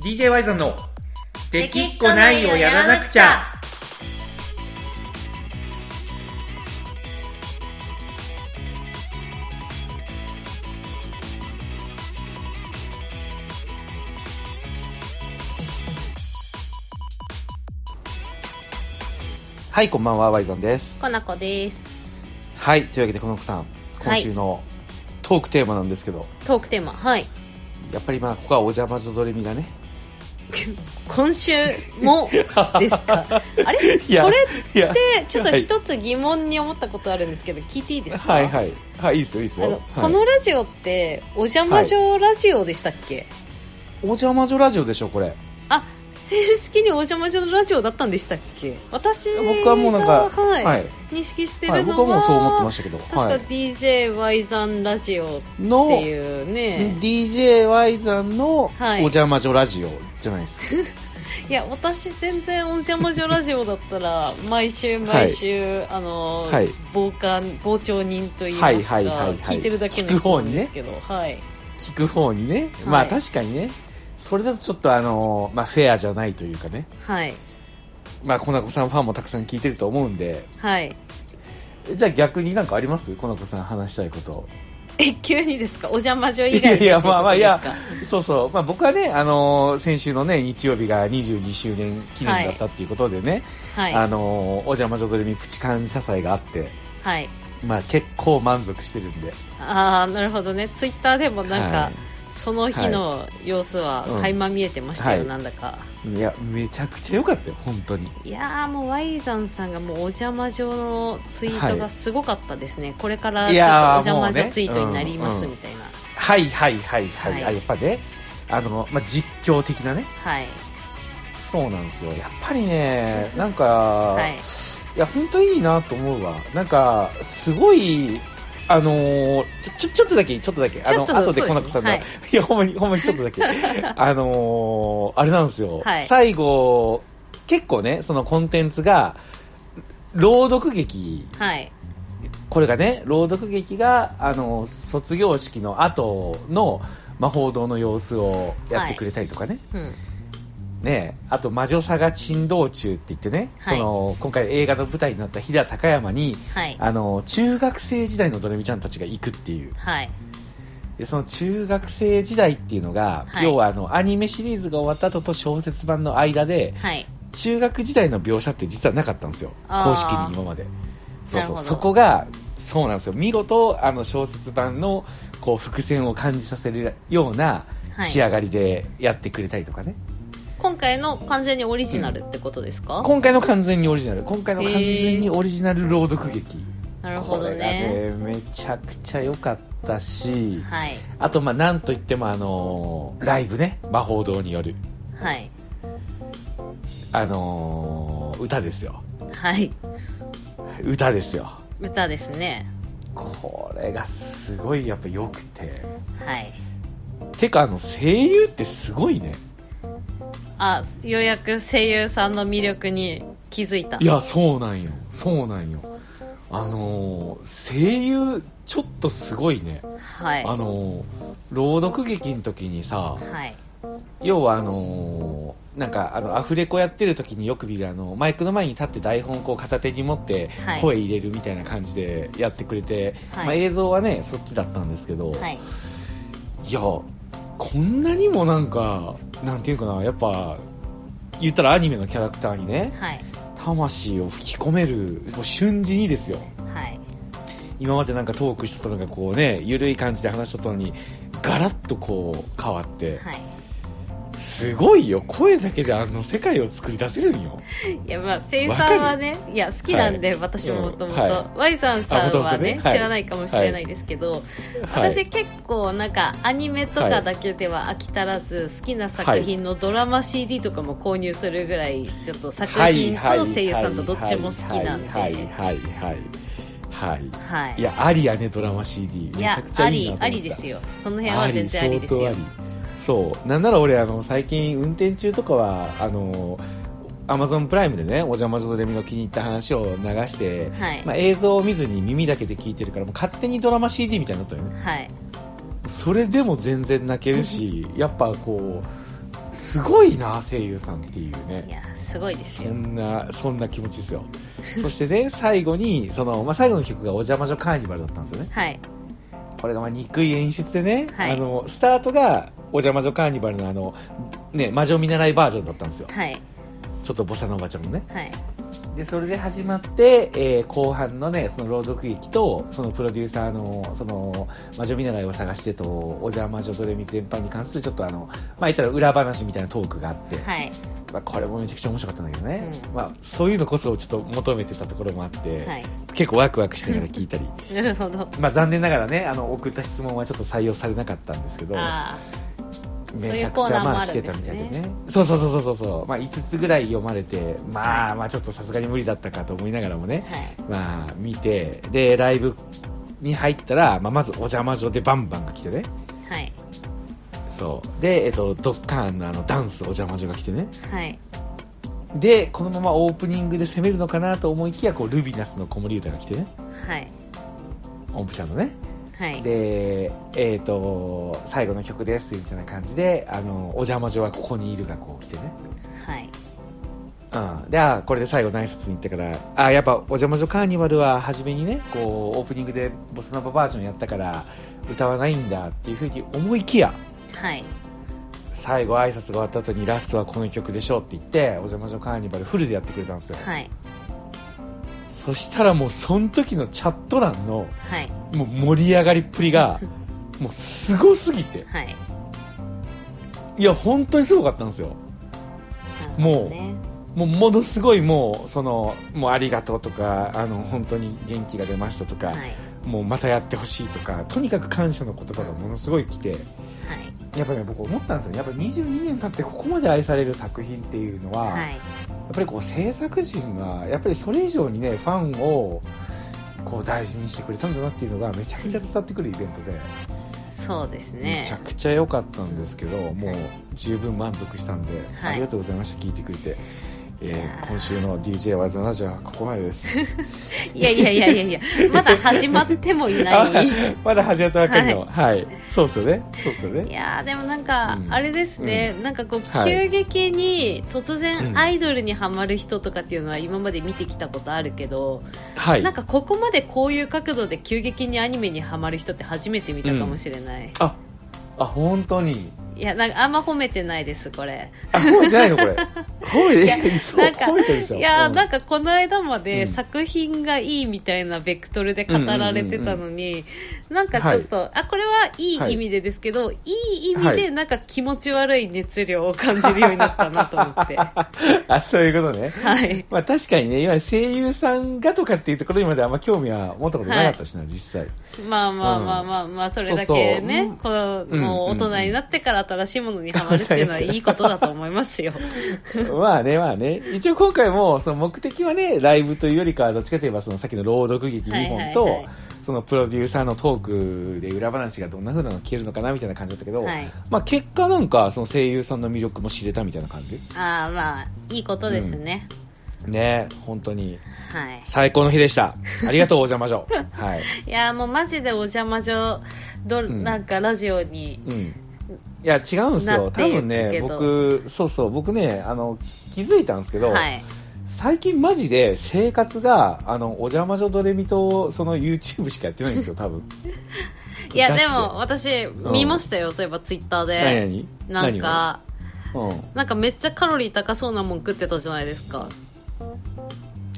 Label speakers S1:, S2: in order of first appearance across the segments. S1: DJ ワイゾンの「できっこないをやらなくちゃ」
S2: はい、こんばんは、ワイゾンです。
S3: かなこです
S2: はい、というわけで、この子さん、今週のトークテーマなんですけど、
S3: トークテーマはい
S2: やっぱりまあ、ここはお邪魔女ドレミがね。
S3: 今週 もですかあれ
S2: いや
S3: これ
S2: いや、
S3: でちょっと
S2: はい
S3: 一つ疑問に思ったことあるんですけど聞いていいですか
S2: はいはい。はい、いいっすよ、いいっす
S3: あ
S2: よ。
S3: の
S2: はい
S3: このラジオってお邪魔女ラジオでしたっけ、
S2: お邪魔女ラジオでしょ、これ。
S3: あ正式にお邪魔女のラジオだったんでしたっけ私が
S2: 僕はもうなんか、
S3: はい
S2: はい。
S3: 認識して
S2: はい
S3: るのは、
S2: 僕はもうそう思ってましたけど、
S3: 確か
S2: はい。
S3: DJY さんラジオっ
S2: の、
S3: ていうね
S2: DJY さんのお
S3: はい
S2: 邪魔女ラジオじゃないですか。
S3: いや私全然お邪魔女ラジオだったら毎週毎週、あの、
S2: はい
S3: 傍観傍聴人といいますか、
S2: はいはいはいはい
S3: 聞いてるだけの
S2: 聞く
S3: 人
S2: 方
S3: なん
S2: にね
S3: ですけど、はい
S2: 聞く方にね。まあ、確かにね。それだとちょっとあのまあ、フェアじゃないというかね。
S3: はい
S2: まあ、コナコさんファンもたくさん聞いてると思うんで、
S3: はい
S2: じゃあ逆になんかありますコナコさん話したいこと。
S3: え急にですかお邪魔女以
S2: い
S3: 外
S2: や
S3: で
S2: いや、まあまあ、いや
S3: っていうことです、
S2: そうそう。まあ僕はね、あのー先週のね、日曜日が22周年記念だったっていうことでね、
S3: かはい
S2: あのーお邪魔女ドレミプチ感謝祭があって、
S3: はい
S2: まあ結構満足してるんで。
S3: ああなるほどねツイッターでもなんか、
S2: は
S3: その日の様子は
S2: うん
S3: 垣間見えてましたよ、
S2: はい
S3: なんだか
S2: い、いや、めちゃくちゃ良かったよ、本当に。
S3: いやーもうワイザンさんがもうお邪魔状のツイートがすごかったですね、これから
S2: い
S3: ちょっとお
S2: やー
S3: 邪魔
S2: もう
S3: 状
S2: ね
S3: ツイートになります
S2: うんうん
S3: みたいな、
S2: はいはいはいはい。
S3: はい
S2: あやっぱね、あのまあ実況的なね。
S3: はい
S2: そうなんですよ。やっぱり ね、なんか、
S3: はい
S2: いや、本当いいなと思うわ。なんか、すごい、あのーちょ、ちょ、ちょっとだけ、ちょっとだけ、あ
S3: ちょ
S2: の、
S3: っと
S2: 後で
S3: そうですね
S2: コナコさんが、
S3: はい
S2: い、や、ほんまに、ほんまにちょっと だけ。あのーあれなんですよ。
S3: はい
S2: 最後、結構ね、そのコンテンツが、朗読劇、
S3: はい
S2: これがね、朗読劇が、あのー卒業式の後の魔法堂の様子をやってくれたりとかね。
S3: うん
S2: ねえあと「魔女さが珍道中」って言ってね、
S3: はい
S2: その今回映画の舞台になった飛騨高山に
S3: はい
S2: あの中学生時代のドレミちゃんたちが行くっていう
S3: はい
S2: でその中学生時代っていうのが、
S3: はい
S2: 要はあのアニメシリーズが終わった後と小説版の間で
S3: はい
S2: 中学時代の描写って実はなかったんですよ
S3: あー
S2: 公式に今までそう
S3: なる
S2: そ
S3: ほ
S2: う
S3: ど
S2: そこがそうなんですよ見事あの小説版のこう伏線を感じさせるような
S3: はい
S2: 仕上がりでやってくれたりとかね、
S3: 今回の完全にオリジナルってことですか、
S2: 今回の完全にオリジナル今回の完全にオリジナル朗読劇、
S3: なるほ
S2: こ
S3: ど
S2: れが
S3: ね
S2: ねめちゃくちゃ良かったし
S3: はい
S2: あとまあなんといってもあのーライブね魔法堂による
S3: はい
S2: あのー歌ですよ
S3: はい
S2: 歌ですよ
S3: 歌ですね
S2: これがすごいやっぱ良くて
S3: はい
S2: てかあの声優ってすごいね
S3: あようやく声優さんの魅力に気づいた
S2: いやそうなんよそうなんよあのー声優ちょっとすごいね
S3: はい
S2: あのー朗読劇の時にさ
S3: はい
S2: 要はあのーなんかあのアフレコやってる時によく見るあのマイクの前に立って台本をこう片手に持って
S3: はい
S2: 声入れるみたいな感じでやってくれて、
S3: はい
S2: まあ、映像はねそっちだったんですけど、、
S3: はいい
S2: やこんなにもなんかなんていうかなやっぱ言ったらアニメのキャラクターにね
S3: はい
S2: 魂を吹き込めるもう瞬時にですよ
S3: はい
S2: 今までなんかトークしてたのがこうね緩い感じで話してたのにガラッとこう変わって、
S3: はい
S2: すごいよ声だけであの世界を作り出せるんよ
S3: いやまあ声優さんはねいや好きなんで、
S2: はい
S3: 私ももとも
S2: うん
S3: と
S2: は
S3: Y さんさん
S2: あ元
S3: は
S2: 々
S3: ね
S2: ねはい
S3: 知らないかもしれないですけど、
S2: はい
S3: 私結構なんかアニメとかだけでは飽き足らず、好きな作品のドラマ CD とかも購入するぐらいちょっと作品と声優さんとどっちも好きなんで
S2: はいはい
S3: は
S2: はいはい、はいい、いやありやねドラマ CD め
S3: い
S2: ちゃ
S3: や
S2: くちゃ
S3: あ
S2: いいなと思っ
S3: り
S2: た
S3: ありですよその辺は全然ありですよ
S2: 相当そうなんなら俺あの最近運転中とかはあのアマゾンプライムでねお邪魔女ドレミの気に入った話を流して、
S3: はい
S2: まあ、映像を見ずに耳だけで聞いてるからもう勝手にドラマ CD みたいになったよね
S3: はい
S2: それでも全然泣けるしやっぱこうすごいな声優さんっていうね
S3: いやすごいです
S2: そ
S3: よ
S2: んなそんな気持ちですよそして ね最後にその、まあ、最後の曲が「お邪魔女カーニバル」だったんですよね
S3: はい
S2: これがまあ憎い演出でね、
S3: はい
S2: あのスタートが「お邪魔女カーニバルの」あの、ね、魔女見習いバージョンだったんですよ
S3: はい
S2: ちょっとボサノバちゃんのね
S3: はい
S2: でそれで始まって、えー後半のねその朗読劇とそのプロデューサーのその魔女見習いを探してとお邪魔女ドレミ全般に関するちょっとあのまあ言ったら裏話みたいなトークがあって、
S3: はい
S2: まあ、これもめちゃくちゃ面白かったんだけどね、
S3: うん
S2: まあ、そういうのこそちょっと求めてたところもあって、
S3: はい
S2: 結構ワクワクしながら聞いたり
S3: なるほど
S2: まあ残念ながらねあの送った質問はちょっと採用されなかったんですけど
S3: あ
S2: めちゃくちゃまあ来てたみたいでねそうそうそうそうそうまあ5つぐらい読まれてまあまあちょっとさすがに無理だったかと思いながらもね
S3: あ、はい
S2: まあ見てでライブに入ったら、まあ、まずお邪魔女でバンバンが来てね
S3: はい
S2: そうで、えっと、ドッカーンのあのダンスお邪魔女が来てね
S3: はい
S2: でこのままオープニングで攻めるのかなと思いきやこうルビナスの子守歌が来てね
S3: はい
S2: 音符ちゃんのね
S3: はい
S2: でえっ、と最後の曲ですみたいな感じで「あのお邪魔女はここにいる」がこう来てね
S3: はい
S2: うん、で、あーこれで最後の挨拶に行ったから、あーやっぱ、お邪魔女カーニバルは初めにね、こう、オープニングでボスナババージョンやったから、歌わないんだっていうふうに思いきや、
S3: はい
S2: 最後挨拶が終わった後にラストはこの曲でしょうって言って、お邪魔女カーニバルフルでやってくれたんですよ。
S3: はい
S2: そしたらもう、その時のチャット欄の、
S3: はい
S2: もう盛り上がりっぷりが、もうすごすぎて、
S3: はい
S2: いや、本当にすごかったんですよ。もうもうものすごいもうそのもうありがとうとかあの本当に元気が出ましたとか、
S3: うはい
S2: もうまたやってほしいとかとにかく感謝の言葉がものすごい来て
S3: はい
S2: やっぱね僕思ったんですよねやっぱ22年経ってここまで愛される作品っていうのは、
S3: は
S2: や
S3: い
S2: っぱりこう制作陣がやっぱりそれ以上にねファンをこう大事にしてくれたんだなっていうのがめちゃくちゃ伝わってくるイベントで、
S3: そうですね
S2: めちゃくちゃ良かったんですけど、もう十分満足したんで、
S3: はい
S2: ありがとうございました聞いてくれて、え
S3: いや
S2: ー
S3: ー
S2: 今週の DJ ワズのラジオはここまでです
S3: いやいやいやいやいやまだ始まってもいな
S2: あ
S3: い
S2: まだ始まったばっかりのはい、そうっすよねそうっすよね
S3: いやーでもなんか
S2: うん
S3: あれですね、なんかこう
S2: はい
S3: 急激に突
S2: うん
S3: 然アイドルにはまる人とかっていうのは今まで見てきたことあるけど、
S2: はい
S3: なんかここまでこういう角度で急激にアニメにはまる人って初めて見たかもしれない、
S2: あ、あ、本当に。
S3: いやなんかあんま褒めてないですこれ
S2: あ、褒めてないのこ れ。褒めて、え嘘、
S3: なんか
S2: 褒めてるでしょ。
S3: いやーなん
S2: か、
S3: かこの間まで
S2: うん
S3: 作品がいいみたいなベクトルで語られてたのに、なんかちょっと、あこれはいい意味でですけど、い、い意味
S2: は
S3: で
S2: い
S3: なんか気持ち悪い熱量を感じるようになったなと思 っては
S2: あ、そういうことね。
S3: い
S2: まあ確かにね、今声優さんがとかっていうところにまであんま興味は持ったことなかったしな、実 際。
S3: まあまあまあまあまあそれだ
S2: そうそ
S3: け
S2: う
S3: ね
S2: うん
S3: この
S2: うん
S3: もう大人になってから新しいものにハマるっていうのはいいことだと思いますよ
S2: まあね、まあね。一応今回も、その目的はね、ライブというよりかは、どっちかといえば、そのさっきの朗読劇2本と、
S3: はいはいはい
S2: そのプロデューサーのトークで裏話がどんな風なの聞けるのかなみたいな感じだったけど、
S3: はい
S2: まあ結果なんか、その声優さんの魅力も知れたみたいな感じ
S3: ああまあいいことですね、
S2: ね、本当に。
S3: はい
S2: 最高の日でした。 ありがとう、お邪魔女。はい。
S3: いやーもうマジでお邪魔女ど、
S2: ん
S3: なんかラジオに
S2: うん。いや、違うんです
S3: な
S2: よ。
S3: って
S2: 多
S3: いく
S2: 分ね
S3: け、ど
S2: 僕、そうそう、僕ね、あの、気づいたんですけど、
S3: はい
S2: 最近マジで生活が、あの、お邪魔女ドレミと、その YouTube しかやってないんですよ、多分。
S3: いや
S2: ガチ
S3: でも私
S2: ん
S3: 見ましたよ、そういえばツイッターで
S2: 何
S3: な
S2: 何
S3: んか
S2: 何をうん。
S3: なんかめっちゃカロリー高そうなもん食ってたじゃないですか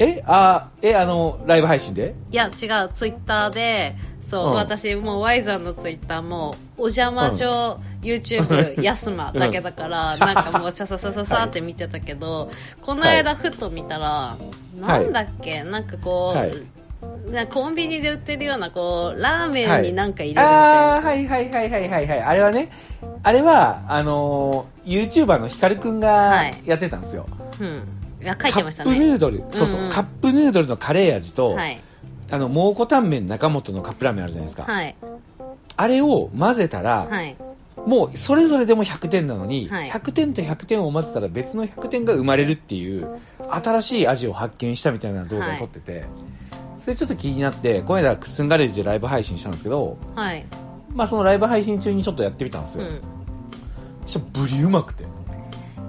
S2: え、あ、え、あの、ライブ配信で
S3: いや違うツイッターでそう、
S2: うん
S3: 私もう Y さんのツイッターもお邪魔女、YouTube やすまだけ だから、なんかもうさささささって見てたけど、この間ふと見たら、なんだっけなんかこう、
S2: はい
S3: なコンビニで売ってるようなこうラーメンになんか入れるみたいな、
S2: ああ、はいはいはいはいはいはい。あれはね、あれは、あの、YouTuber のヒカルくん
S3: は
S2: が
S3: い
S2: やってたんですよ。
S3: うん、いや書いてました
S2: カップヌ
S3: ね
S2: ードル、そうそう、
S3: うんうん
S2: カップヌードルのカレー味と、
S3: はい
S2: あの、蒙古タンメン中本のカップラーメンあるじゃないですか。
S3: はい
S2: あれを混ぜたら、
S3: はい
S2: もうそれぞれでも100点なのに、
S3: はい
S2: 100点と100点を混ぜたら別の100点が生まれるっていう、新しい味を発見したみたいな動画を撮ってて、それちょっと気になって、この間、クスンガレージでライブ配信したんですけど、
S3: はい
S2: まあそのライブ配信中にちょっとやってみたんです
S3: う
S2: よ。
S3: ん
S2: そしたらブリうまくて。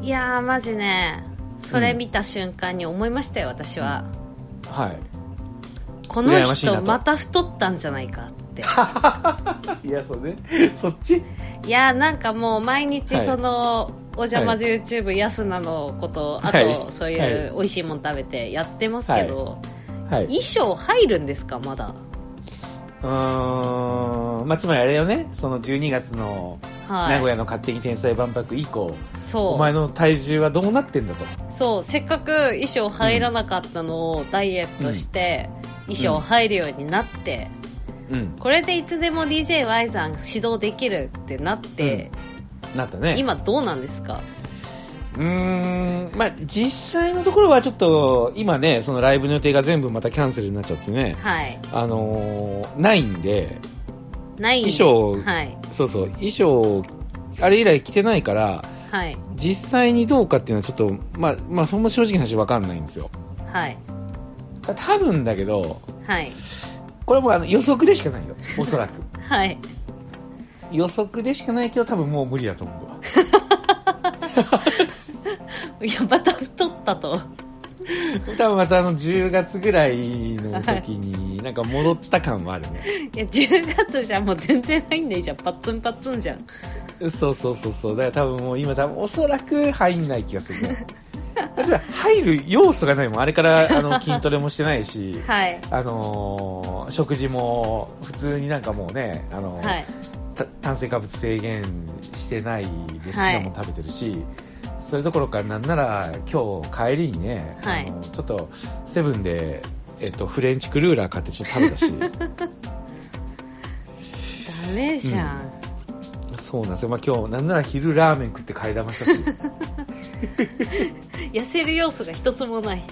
S3: いやーマジねそれ見た瞬間に思いましたよ、私は
S2: は
S3: この
S2: 羨ましいな
S3: 人
S2: と
S3: また太ったんじゃないかって
S2: い。いや、そうね。そっち
S3: いやーなんかもう毎日
S2: はい
S3: その、おじゃまじ YouTube やすなのことあと、
S2: はい
S3: そう
S2: はい
S3: いう美味しいもん食べてやってますけど、
S2: はい。う
S3: 衣装入るんですかまだ
S2: ーん。まあ、つまりあれよね。その12月の
S3: はい
S2: 名古屋の勝手に天才万博以降、お
S3: そ
S2: 前の体重はどうなってんだと。
S3: うそうせっかく衣装入らなかったのをダイエットして、衣装入るようになって、
S2: うん。
S3: これでいつでも DJY さん指導できるってなって、
S2: なったね。
S3: 今どうなんですか
S2: うーん。まあ、実際のところはちょっと、今ね、そのライブの予定が全部またキャンセルになっちゃってね。
S3: はい
S2: あのーないんで、
S3: ないんで
S2: 衣装
S3: はい
S2: そうそう、衣装、あれ以来着てないから、
S3: はい
S2: 実際にどうかっていうのはちょっと、まあ、まあ、ほんま正直な話わかんないんですよ。
S3: はい
S2: た多分だけど、
S3: はい
S2: これはもうあの予測でしかないよ。おそらく。
S3: はい
S2: 予測でしかないけど、多分もう無理だと思うわ。
S3: いやまた太ったと
S2: 多分またあの10月ぐらいの時に、なんか戻った感はあるね。
S3: いや10月じゃもう全然入んないじゃんパッツンパッツンじゃん
S2: そうそうそうそう。だから多分もう今多分おそらく入んない気がする ね。だって入る要素がないもん。あれからあの筋トレもしてないし。
S3: はい
S2: あのー食事も普通になんかもうね、あのー
S3: はい
S2: た炭水化物制限してないで好き
S3: はい
S2: なもん食べてるし、それどころかなんなら今日帰りにね、
S3: はい
S2: あのちょっとセブンで、えっと、フレンチクルーラー買ってちょっと食べたし
S3: ダメじゃん、
S2: そうなんですよ、まあ、今日なんなら昼ラーメン食って買いだました し
S3: 痩せる要素が一つもない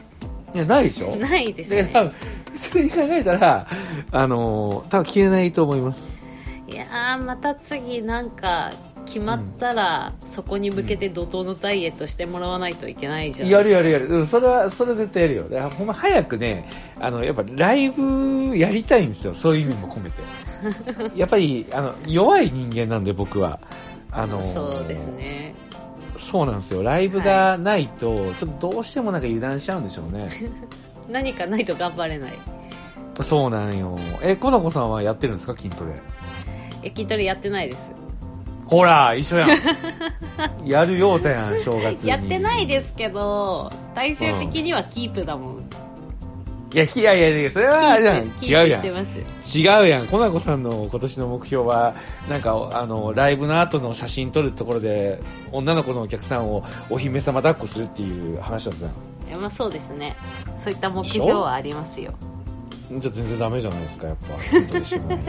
S2: いやないでしょ
S3: ないです
S2: だから多
S3: ね
S2: 分普通に考えたら、あのー多分消えないと思います
S3: いやーまた次なんか決まったら、そこに向けて怒涛のダイエットしてもらわないといけないじゃん
S2: やるやるやる、うん、それはそれは絶対やるよだからほんま早くねあのやっぱライブやりたいんですよそういう意味も込めて やっぱりあの弱い人間なんで僕はあの
S3: そうですね
S2: そうなんですよライブがないと、ちょっとどうしてもなんか油断しちゃうんでしょう ね
S3: 何かないと頑張れない
S2: そうなんよえコナコさんはやってるんですか筋トレ
S3: え筋トレやってないです
S2: ほら一緒やん やるようたやん正月に
S3: やってないですけど体重的にはキープだもん、
S2: いやいやいやいやそれはあれだ
S3: キー
S2: 違
S3: プ
S2: う
S3: キープ
S2: や
S3: し
S2: ん
S3: てます
S2: 違うやん、コナコさんの今年の目標は、なんか、あの、ライブの後の写真撮るところで、女の子のお客さんをお姫様抱っこするっていう話だったじゃん。
S3: いやまあそうですねそういった目
S2: でしょ
S3: 標はありますよ
S2: じゃあ全然ダメじゃないですか、やっぱ筋トレしてない。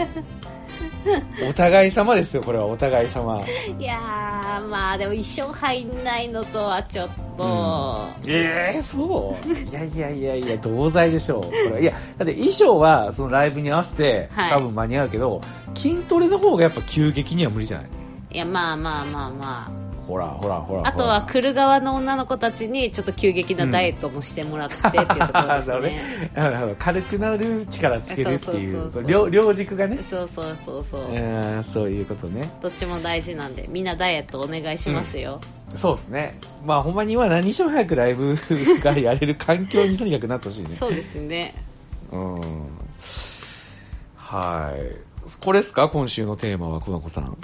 S2: お互い様ですよ、これは、お互い様。
S3: いやーまあでも一生入んないのとはちょっと、
S2: ええそういやいやいやいや、同罪でしょう。これいや、だって衣装は、そのライブに合わせて、
S3: はい
S2: 多分間に合うけど、筋トレの方がやっぱ急激には無理じゃない
S3: いやまあまあまあま
S2: ほら、ほら、ほら。
S3: ああとは来る側の女の子たちにちょっと急激なダイエットもしてもらってっていうところ
S2: あ
S3: で
S2: あ
S3: す
S2: なるほどね
S3: ね
S2: なるほど軽くなる力つけるってい
S3: そううそうそうそう
S2: 両両軸がね
S3: そうそうそうそう、
S2: うんそういうことね
S3: どっちも大事なんでみんなダイエットお願いしますよ、
S2: そうですねまあほんまには何しても早くライブがやれる環境にとにかくなってほしいね
S3: そうですね
S2: うんはいこれですか今週のテーマはこの子さん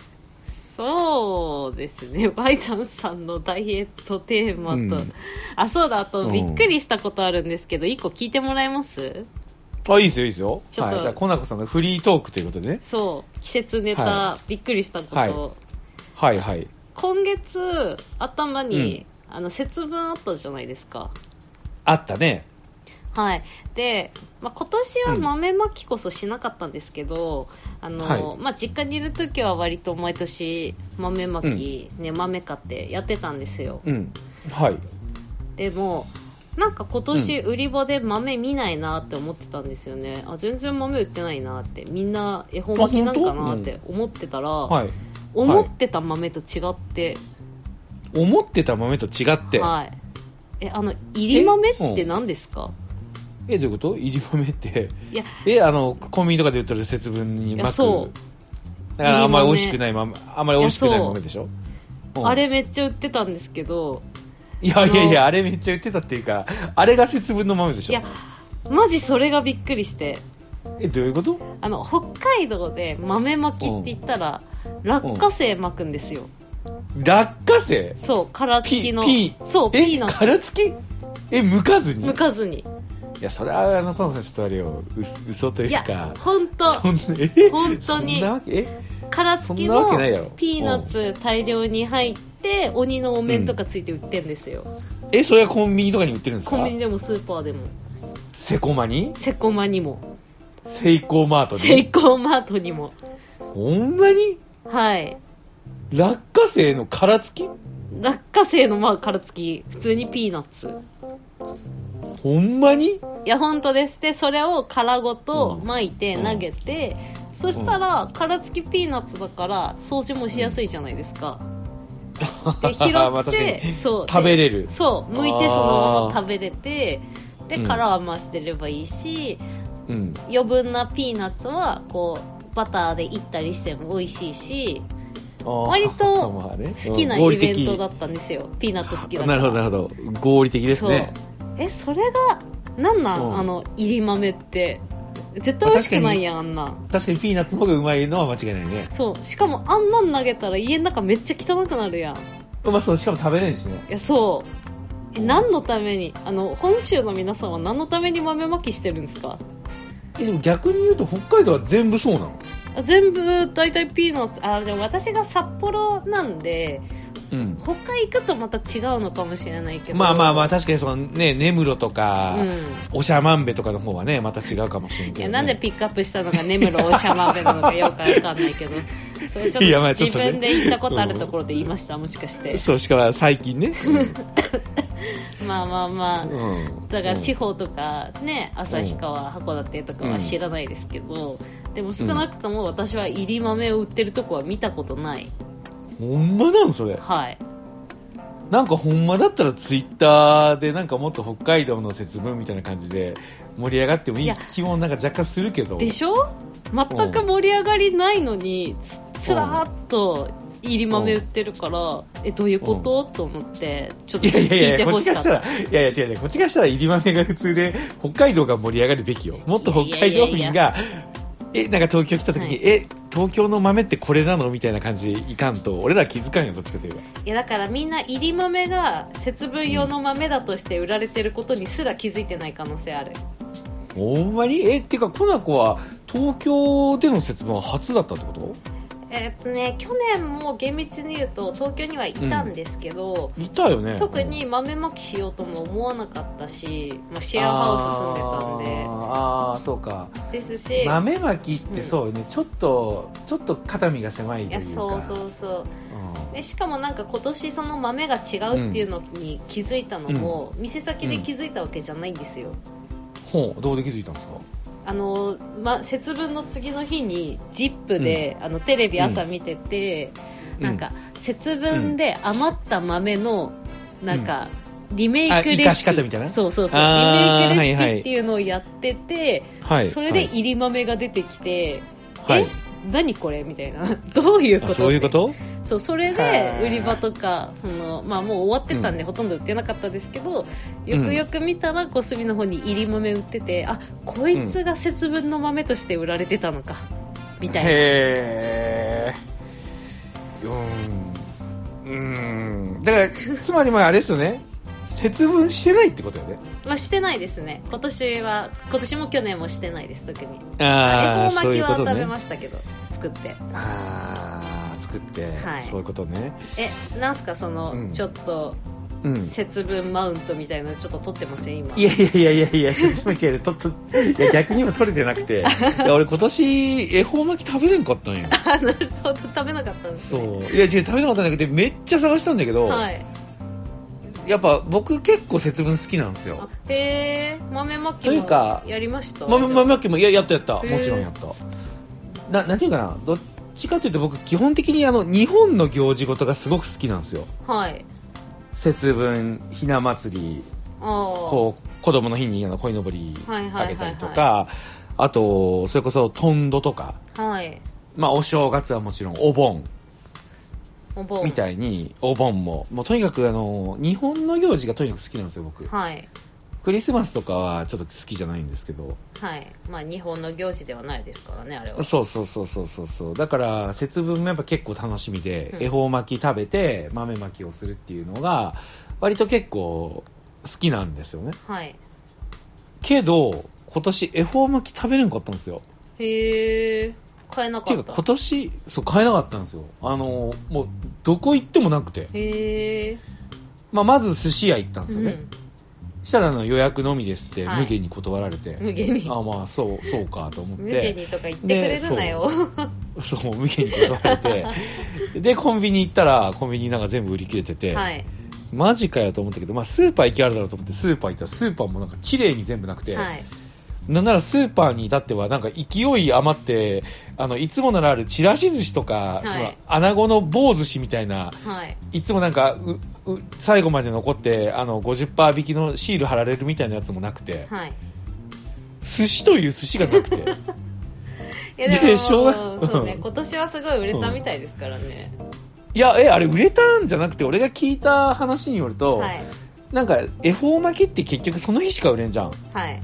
S3: そうですね。 バイザンさんのダイエットテーマと。
S2: うん
S3: あ、そうだ、あと、
S2: うん
S3: びっくりしたことあるんですけど、一個聞いてもらえます
S2: あいいですよいいですよ
S3: ちょっと
S2: はいじゃあこなこさんのフリートークということでね
S3: そう、季節ネタ、
S2: は
S3: びっくりしたこと。
S2: はいはいはい
S3: 今月、頭に、あの、節分あったじゃないですか。
S2: あったね
S3: はい。で、まあ、今年は
S2: うん
S3: 豆まきこそしなかったんですけど、あの、
S2: はい
S3: まあ、実家にいる時は割と毎年豆まき、ね、豆買ってやってたんですよ。
S2: うんはい
S3: でもなんか今年売り場で豆見ないなって思ってたんですよね、あ全然豆売ってないなってみんな恵方巻きなんか
S2: あ
S3: なっ
S2: 本当
S3: て思ってたら、
S2: はい
S3: 思ってた豆と違って
S2: 思ってた豆と違って、
S3: はいえあの入り豆っ
S2: え
S3: て何ですか
S2: えどういうこと入り豆って
S3: いや
S2: えあのコンビニとかで売ってる節分に
S3: い
S2: 巻
S3: や
S2: く
S3: そう
S2: だからあんまり
S3: 入り豆
S2: 美味しくないままあんまり美味しくない
S3: いやそう
S2: 豆でしょうん
S3: あれめっちゃ売ってたんですけど
S2: いやいやいや、あれめっちゃ言ってたっていうか、あれが節分の豆で
S3: い
S2: しょ
S3: や。マジそれがびっくりして
S2: え、どういうこと
S3: あの北海道で豆まきって言ったら、落花生まくんですよ、
S2: 落花生
S3: そう殻付きの
S2: P P
S3: そう P
S2: え、
S3: の
S2: 殻付きえ、剥かずに
S3: 向かずに
S2: いや、それは、あの、パンさんちょっとあれよ、うす嘘という
S3: いや
S2: か。
S3: 本当
S2: そんな、え
S3: 本当に
S2: そんなわけえ
S3: 殻付き
S2: そんな
S3: の
S2: わけないだろ
S3: ピーナッツ大量に入って鬼のお面とかついて売ってんですよ、
S2: え、それはコンビニとかに売ってるんですか
S3: コンビニでもスーパーでも
S2: セコマに
S3: セコマにも
S2: セイコーマート
S3: セ
S2: に
S3: イコーマートにも
S2: ほんまに
S3: はい
S2: 落花生の殻付き
S3: 落花生のまあ殻付き普通にピーナッツ
S2: ほんまに
S3: いや本当ですでそれを殻ごと
S2: うん
S3: 巻いて
S2: うん
S3: 投げて、そしたら殻付きピーナッツだから掃除もしやすいじゃないですか、で 拾
S2: まあ
S3: っ
S2: 確か
S3: て
S2: に
S3: そうで
S2: 食べれる。
S3: そう剥いてそのまま食べれてで
S2: うん
S3: 殻は余してればいいし、
S2: うん。
S3: 余分なピーナッツはこうバターでいったりしても美味しいし割
S2: 割
S3: と好きなイベントだったんですよピーナッツ好きだから
S2: なるほど、なるほど。合理的ですね。
S3: そうえそれがなんなん、
S2: うん
S3: あのいり豆って絶対美味しくないやんあんな
S2: 確かにピーナッツの方がうまいのは間違いないね。
S3: そうしかもあんなん投げたら家の中めっちゃ汚くなるやんい
S2: まあそう、しかも食べれるしね。
S3: やそうえ何のためにあの本州の皆さんは何のために豆まきしてるんですか
S2: えでも逆に言うと北海道は全部そうなの
S3: あ全部大体ピーナッツあでも私が札幌なんで
S2: うん。
S3: 他行くとまた違うのかもしれないけど
S2: まあまあまあ
S3: あ
S2: 確かにそのね、根室とか、
S3: うん
S2: おしゃまんべとかの方はね、また違うかもしれん
S3: い
S2: けど、
S3: や
S2: ね。
S3: なんでピックアップしたのが根室おしゃまべなのかよくわかんな いけどそれち
S2: いや
S3: ょ
S2: まあ
S3: っと
S2: ちょっと
S3: 自
S2: ね
S3: 分で行ったことあるところで言いましたもしかして
S2: そう、しかも最近ね。
S3: まあまあまあ
S2: うん。
S3: だから地
S2: 方。
S3: 方とかね旭川函館とかは知らないですけどでも少なくとも私は入り豆を売ってるとこは見たことない
S2: ほんまなんそれ。
S3: はい
S2: なんかほんまだったらツイッターでなんかもっと北海道の節分みたいな感じで盛り上がってもい
S3: い
S2: い
S3: や
S2: 気もなんか若干するけど。
S3: でしょ全く盛り上がりないのにつつらーっと入り豆売ってるからえどういうことと思ってちょっと
S2: いやい
S3: 聞い
S2: やい
S3: て
S2: や、こ
S3: ほ
S2: っち
S3: し
S2: か
S3: からっ
S2: したら、
S3: た
S2: いやいや違う違う、こっちからしたら入り豆が普通で、北海道が盛り上がるべきよ。もっと北海道民
S3: いやい
S2: が、え、なんか東京来た時に、
S3: はい
S2: え、東京の豆ってこれなのみたいな感じいかんと、俺ら気づかんよ、どっちかといえば。
S3: いやだからみんな入り豆が節分用の豆だとして売られてることにすら気づいてない可能性ある
S2: ほんまにえ、っていうか、コナコは東京での節分は初だったってこと
S3: えーっとね去年も厳密に言うと東京にはいたんですけど、
S2: いたよね。
S3: 特に豆まきしようとも思わなかったし、まあ、シェアハウス住んでたん
S2: あーあー、そうか。
S3: でですし
S2: 豆まきってそうよね、ちょっとちょっと肩身が狭い
S3: い
S2: とい
S3: や
S2: うか
S3: そうそうそうでしかもなんか今年その豆が違うっていうのに気づいたのも、店先で気づいたわけじゃないんです
S2: う
S3: よ、
S2: ん、ほうどうで気づいたんですか
S3: あの、ま、節分の次の日に「ZIP!」で、あのテレビ朝見てて、
S2: うん
S3: なんか節分で余った豆の、なんか、リメイ
S2: あ
S3: クレシピ
S2: 生かし方みたいな
S3: そうそうそうリ
S2: あー
S3: メイクレシ
S2: はいは
S3: ピ
S2: い
S3: っていうのをやってて、
S2: はい
S3: それで入り豆が出てきて、
S2: はい
S3: え何これみたいな どういうこ
S2: あ
S3: と
S2: そういうこと
S3: そうそれ
S2: は
S3: で
S2: い
S3: 売り場とかその、まあ、もう終わってたんで、ほとんど売ってなかったですけどよくよく見たらこう隅の方に入り豆売ってて、あこいつが節分の豆として売られてたのか、みたいな
S2: へえうんうんだからつまりまああれですよね節分してないってことよね
S3: まあ、してないですね今年は今年も去年もしてないです特に
S2: あ
S3: 恵
S2: あ
S3: 方
S2: そ
S3: 巻
S2: うい
S3: き
S2: う
S3: は
S2: こと
S3: 食べ
S2: ね
S3: ましたけど作って
S2: ああ作って、
S3: はい
S2: そういうことね
S3: えなんすかその、
S2: うん
S3: ちょっと
S2: うん
S3: 節分マウントみたいなのちょっと取ってません今
S2: いやいやいやいやいや、違う、とっと、いや、逆に今取れてなくて、いや俺今年、恵方巻き食べれんかったんよ。
S3: あなるほど 食べなかったんです
S2: そ
S3: ね
S2: う。いや、違う、食べなかったんだけど、めっちゃ探したんだけど、
S3: はい
S2: やっぱ僕結構節分好きなんです
S3: あ
S2: よ。
S3: へえ豆まき
S2: という
S3: も
S2: か
S3: やりました
S2: ま、ま、ま、まっきも、いや、やったやった。
S3: へー
S2: もちろんやった。な、なんていうかな、どっちかというと僕、基本的にあの、日本の行事事がすごく好きなんですよ。
S3: はい
S2: 節分、ひな祭り、
S3: ああ
S2: こう、子供の日にあの、鯉のぼり
S3: はいはいはいは
S2: あ
S3: い
S2: げたりとか、あと、それこそ、トンドとか。
S3: はい
S2: まあ、お正月はもちろん、お盆。
S3: お盆
S2: みたいに、お盆も。もうとにかくあの、日本の行事がとにかく好きなんですよ、僕。
S3: はい
S2: クリスマスとかはちょっと好きじゃないんですけど。
S3: はいまあ日本の行事ではないですからねあれは
S2: そうそうそうそうそうそう。だから、節分もやっぱ結構楽しみで、
S3: うん
S2: 恵方巻き食べて豆巻きをするっていうのが、割と結構好きなんですよね。
S3: はい
S2: けど、今年恵方巻き食べれんかったんですよ。
S3: へえ買えな
S2: ってい
S3: か
S2: う
S3: っ
S2: か
S3: た
S2: 今年、そう、買えなかったんですよ。あの、もう、どこ行ってもなくて。
S3: へえ
S2: まあ、まず寿司屋行ったんです
S3: う
S2: よね。
S3: ん
S2: したらあの予約のみですって、
S3: はい
S2: 無限に断られて。
S3: 無限に
S2: あ、まあ、そう、そうかと思っ
S3: 無限
S2: て。
S3: にとか言ってくれるなよ
S2: そう、無限に断られて。で、コンビニ行ったら、コンビニなんか全部売り切れてて、
S3: はい
S2: マジかよと思ったけど、まあ、スーパー行きあるだろうと思って、スーパー行ったら、スーパーもなんか綺麗に全部なくて、
S3: はい
S2: なんならスーパーに至っては、なんか勢い余って、あの、いつもならあるちらし寿司とか、
S3: い
S2: その、穴子の棒寿司みたいな、
S3: はい
S2: いつもなんか、う、う、最後まで残って、あの、50%引きのシール貼られるみたいなやつもなくて、
S3: はい
S2: 寿司という寿司がなくて、
S3: いやでも
S2: で小学
S3: そうね
S2: うん
S3: 今年はすごい売れたみたいですからね、
S2: いや、え、あれ売れたんじゃなくて、俺が聞いた話によると、
S3: はい
S2: なんか、恵方巻きって結局その日しか売れんじゃん。
S3: はい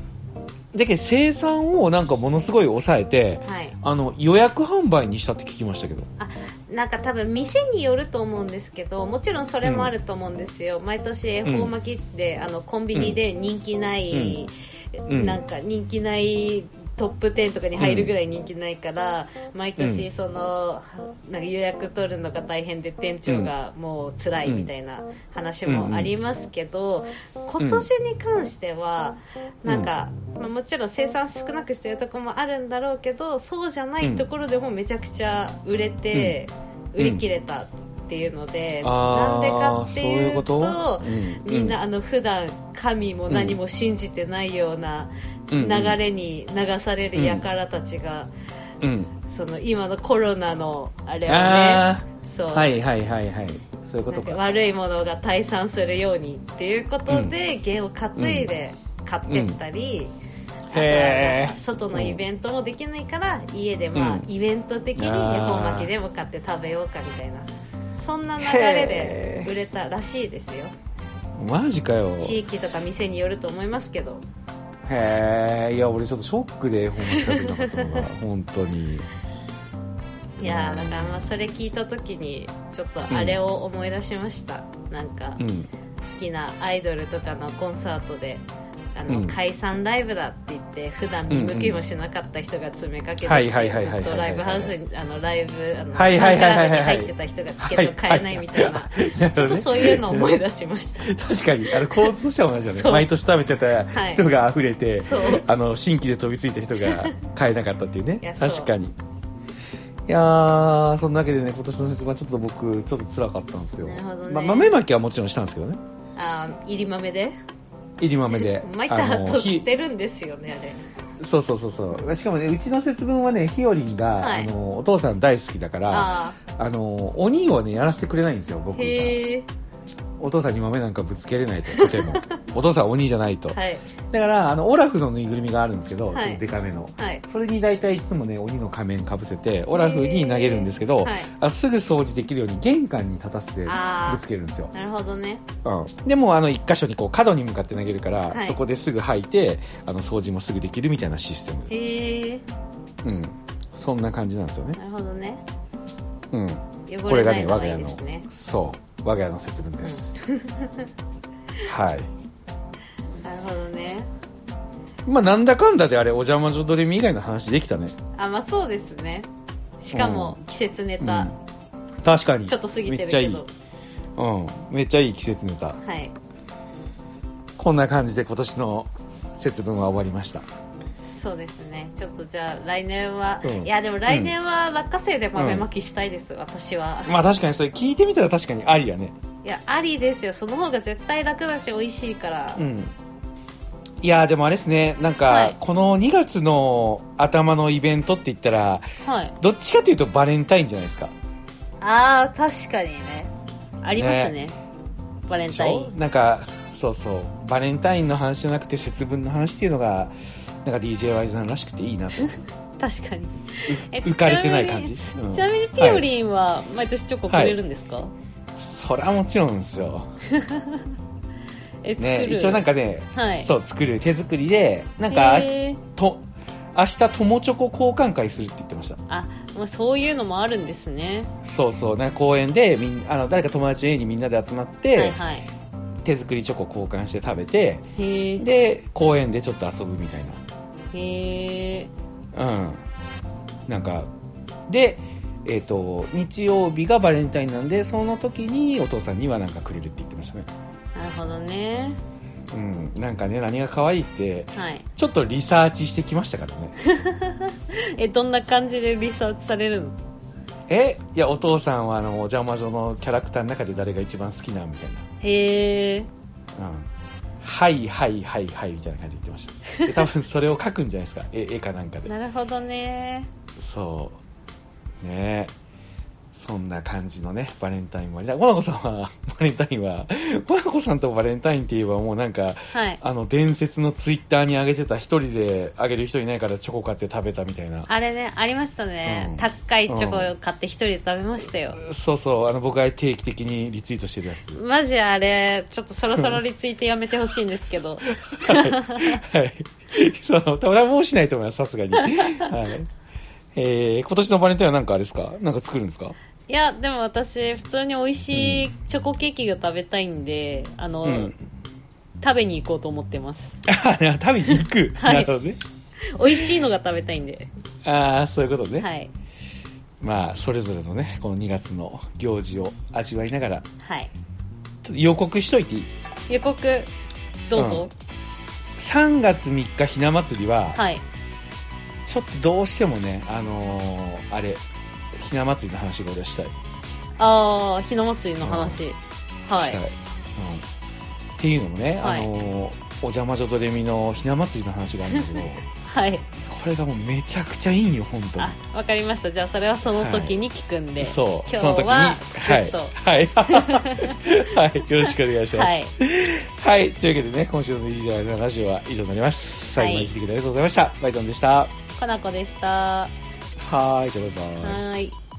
S2: じゃけ生産をなんかものすごい抑えて、
S3: はい
S2: あの、予約販売にしたって聞きましたけど。
S3: なんか多分店によると思うんですけどもちろんそれもあると思うんですよ、毎年恵方巻きって、あのコンビニで人気ない、
S2: ん
S3: なんか人気ないトップ10とかに入るぐらい人気ないから、毎年その、なんか予約取るのが大変で店長がもう辛いみたいな話もありますけど、今年に関しては、
S2: うん
S3: なんか、まあ、もちろん生産少なくしてるとこもあるんだろうけどそうじゃないところでもめちゃくちゃ売れて、
S2: うん
S3: 売り切れたっていうので、なんでか
S2: ああ、
S3: っ
S2: そう
S3: てい
S2: いう
S3: うと
S2: ことうん
S3: みんなあの普段神も何も信じてないような
S2: うん
S3: 流れに流される輩たちが、
S2: うんうん。
S3: その今のコロナのあれはね
S2: あ
S3: そう、
S2: あ、はいはいはいはい。そういうこと
S3: なん
S2: か。
S3: か悪いものが退散するようにっていうことで、芸を担いで買ってったり、あとは
S2: へー
S3: なんか外のイベントもできないから、家でまあ、
S2: うん
S3: イベント的に恵
S2: あー
S3: 方巻きでも買って食べようかみたいなそんな流れで
S2: へー
S3: 売れたらしいですよ
S2: マジかよ。
S3: 地域とか店によると思いますけど
S2: へえ、いや、俺ちょっとショックで、ほんま食べなかったのが、本当に。
S3: いやーだからまあそれ聞いた時にちょっとあれを思い出しました、なんか
S2: う
S3: 好
S2: ん。
S3: きなアイドルとかのコンサートであの、
S2: うん
S3: 解散ライブだって言って普段見向きもしなかった人が詰めかけて
S2: はいはいはい
S3: ず
S2: はいはい
S3: っとライブハウスにあのライブあの
S2: はいはいはいはいはい
S3: ファンクラブに入ってた人がチケット買えないみたいな、ちょっとそういうのを思い出し ました
S2: 確かに、あの、構図としては同じだね
S3: そ。う
S2: 毎年食べてた
S3: はい
S2: 人が溢れて、
S3: そう
S2: あの、新規で飛びついた人が買えなかったっていうね
S3: いや。そう
S2: 確かに。いやー、そんなわけでね、今年の節分はちょっと僕、ちょっと辛かったんですよ。
S3: なるほどね
S2: まあ、豆まきはもちろんしたんですけどね。
S3: あー入り豆で
S2: 入り豆
S3: 。
S2: で
S3: 巻い
S2: あ
S3: た
S2: の
S3: 後
S2: ひ
S3: 捨てるんですよねあれ
S2: そうそうそうそう。しかもね、うちの節分はね、ひよりんが、
S3: はい
S2: あの、お父さん大好きだから、
S3: あ
S2: あの、鬼をね、やらせてくれないんですよ、僕
S3: あへえ
S2: お父さんに豆なんかぶつけれないと、と ても。お父さんは鬼じゃないと。
S3: はい
S2: だから、あの、オラフのぬいぐるみがあるんですけど、
S3: はい
S2: ちょっとデカめの。
S3: はい
S2: それに大体いつもね、鬼の仮面かぶせて、オラフに投げるんですけど、
S3: はい
S2: あすぐ掃除できるように玄関に立たせてぶ
S3: あー
S2: つけるんですよ。
S3: なるほどね
S2: うん、でもあの一箇所にこう角に向かって投げるから、
S3: はい
S2: そこですぐ吐いてあの掃除もすぐできるみたいなシステム、
S3: へえ
S2: うん、そんな感じなんですよね、
S3: なるほどね
S2: うん、
S3: 汚
S2: これ
S3: れ
S2: が
S3: ない
S2: ね
S3: の
S2: 我
S3: が
S2: が
S3: いい
S2: 家
S3: で
S2: の
S3: すね
S2: そう我が家の節分です、はい
S3: なるほどね
S2: まあなんだかんだであれお邪魔女ドレミ以外の話できたね
S3: あまあそうですねしかも季節ネタ、
S2: うん、確かに
S3: ちょっと過ぎて
S2: めっ
S3: る
S2: ちゃ
S3: け
S2: いい
S3: ど、
S2: うん、めっちゃいい季節ネタ
S3: はい
S2: こんな感じで今年の節分は終わりました
S3: そうですねちょっとじゃあ来年は、
S2: うん
S3: いやでも来年は落花生で豆まきしたいです、私は
S2: まあ確かにそれ聞いてみたら確かにありやね
S3: いやありですよその方が絶対楽だし美味しいから、
S2: うんいやーでもあれですねなんか、
S3: はい
S2: この2月の頭のイベントって言ったら
S3: はい
S2: どっちかというとバレンタインじゃないですか
S3: ああ確かにねありますねバレ
S2: で
S3: ン
S2: し
S3: タイ
S2: ょ
S3: ン
S2: なんかそうそうバレンタインの話じゃなくて節分の話っていうのがなんか DJY さんらしくていいなと
S3: 確かに え
S2: 浮かれてない感じ。
S3: ち
S2: うん
S3: なみにピオリンは毎年チョコくれるんですか、
S2: そりゃもちろんですよ。
S3: え作る、
S2: ね、一応なんかね、
S3: はい
S2: そう、作る、手作りで、なんか、あし
S3: へー
S2: と、明日友チョコ交換会するって言ってました。
S3: あもうそういうのもあるんですね
S2: そうそう、なんか公園で、みんあの、誰か友達の家にみんなで集まって、
S3: はいはい
S2: 手作りチョコ交換して食べて、
S3: へえ
S2: で、公園でちょっと遊ぶみたい
S3: へえ
S2: な。うん。なんか、で、えっ、と、日曜日がバレンタインなんで、その時にお父さんにはなんかくれるって言ってましたね。
S3: なるほどね
S2: うん。なんかね、何が可愛いって、
S3: はい
S2: ちょっとリサーチしてきましたからね。
S3: えどんな感じでリサーチされるの
S2: えいや、お父さんはあの、お邪魔女のキャラクターの中で誰が一番好きなみたいな。
S3: へえ
S2: うんはいはいはいはいみたいな感じで言ってましたで多分それを書くんじゃないですか 絵絵かなんかで
S3: なるほどね
S2: そうねえそんな感じのねバレンタインもありだモナコさんは バレンタインはモナコさんとバレンタインって言えばもうなんか
S3: はい
S2: あの伝説のツイッターに上げてた一人であげる人いないからチョコ買って食べたみたいな
S3: あれねありましたね、
S2: うん
S3: 高いチョコを買って一人で食べましたよ、
S2: そうそうあの僕が定期的にリツイートしてるやつ
S3: マジあれちょっとそろそろリツイートやめてほしいんです けど
S2: はい。 その、ただもうしないと思います、さすがに。はい。えー、今年のバレンタインはなんかあれですかなんか作るんですか
S3: いやでも私普通に美味しいチョコケーキが食べたいんであの、
S2: うん。
S3: 食べに行こうと思ってます
S2: あ、食べに行 く。
S3: はい
S2: なるほどね。
S3: 美味しいのが食べたいんで
S2: ああ、そういうことね。
S3: はい
S2: まあ、それぞれのね、この2月の行事を味わいながら、
S3: はい
S2: ちょっと予告しといていい
S3: 予告どうぞ、
S2: ?3 月3日ひな祭りは、
S3: はい
S2: ちょっとどうしてもね、あのーあれ、ひな祭りの話が俺はしたい。
S3: ああひな祭りの話、は
S2: したい。うん。っていうのもね、
S3: はい
S2: あのーお邪魔女ドレミのひな祭りの話があるんだけど、
S3: いはい
S2: これがもうめちゃくちゃいいんよ本当
S3: あわかりましたじゃあそれはその時に聞くんで、
S2: にそう
S3: 今日
S2: その時に
S3: は
S2: はい
S3: ちょっ
S2: はい、はい、よ ろしくお願いし
S3: と
S2: ます
S3: は
S2: はいい、というわけでね今週の「いいじゃないのラジオ」は以上になります最後まで聞いてくれてありがとうございました、バイトンでした
S3: かなこでしたは
S2: はーいじゃあバイバイ
S3: ーい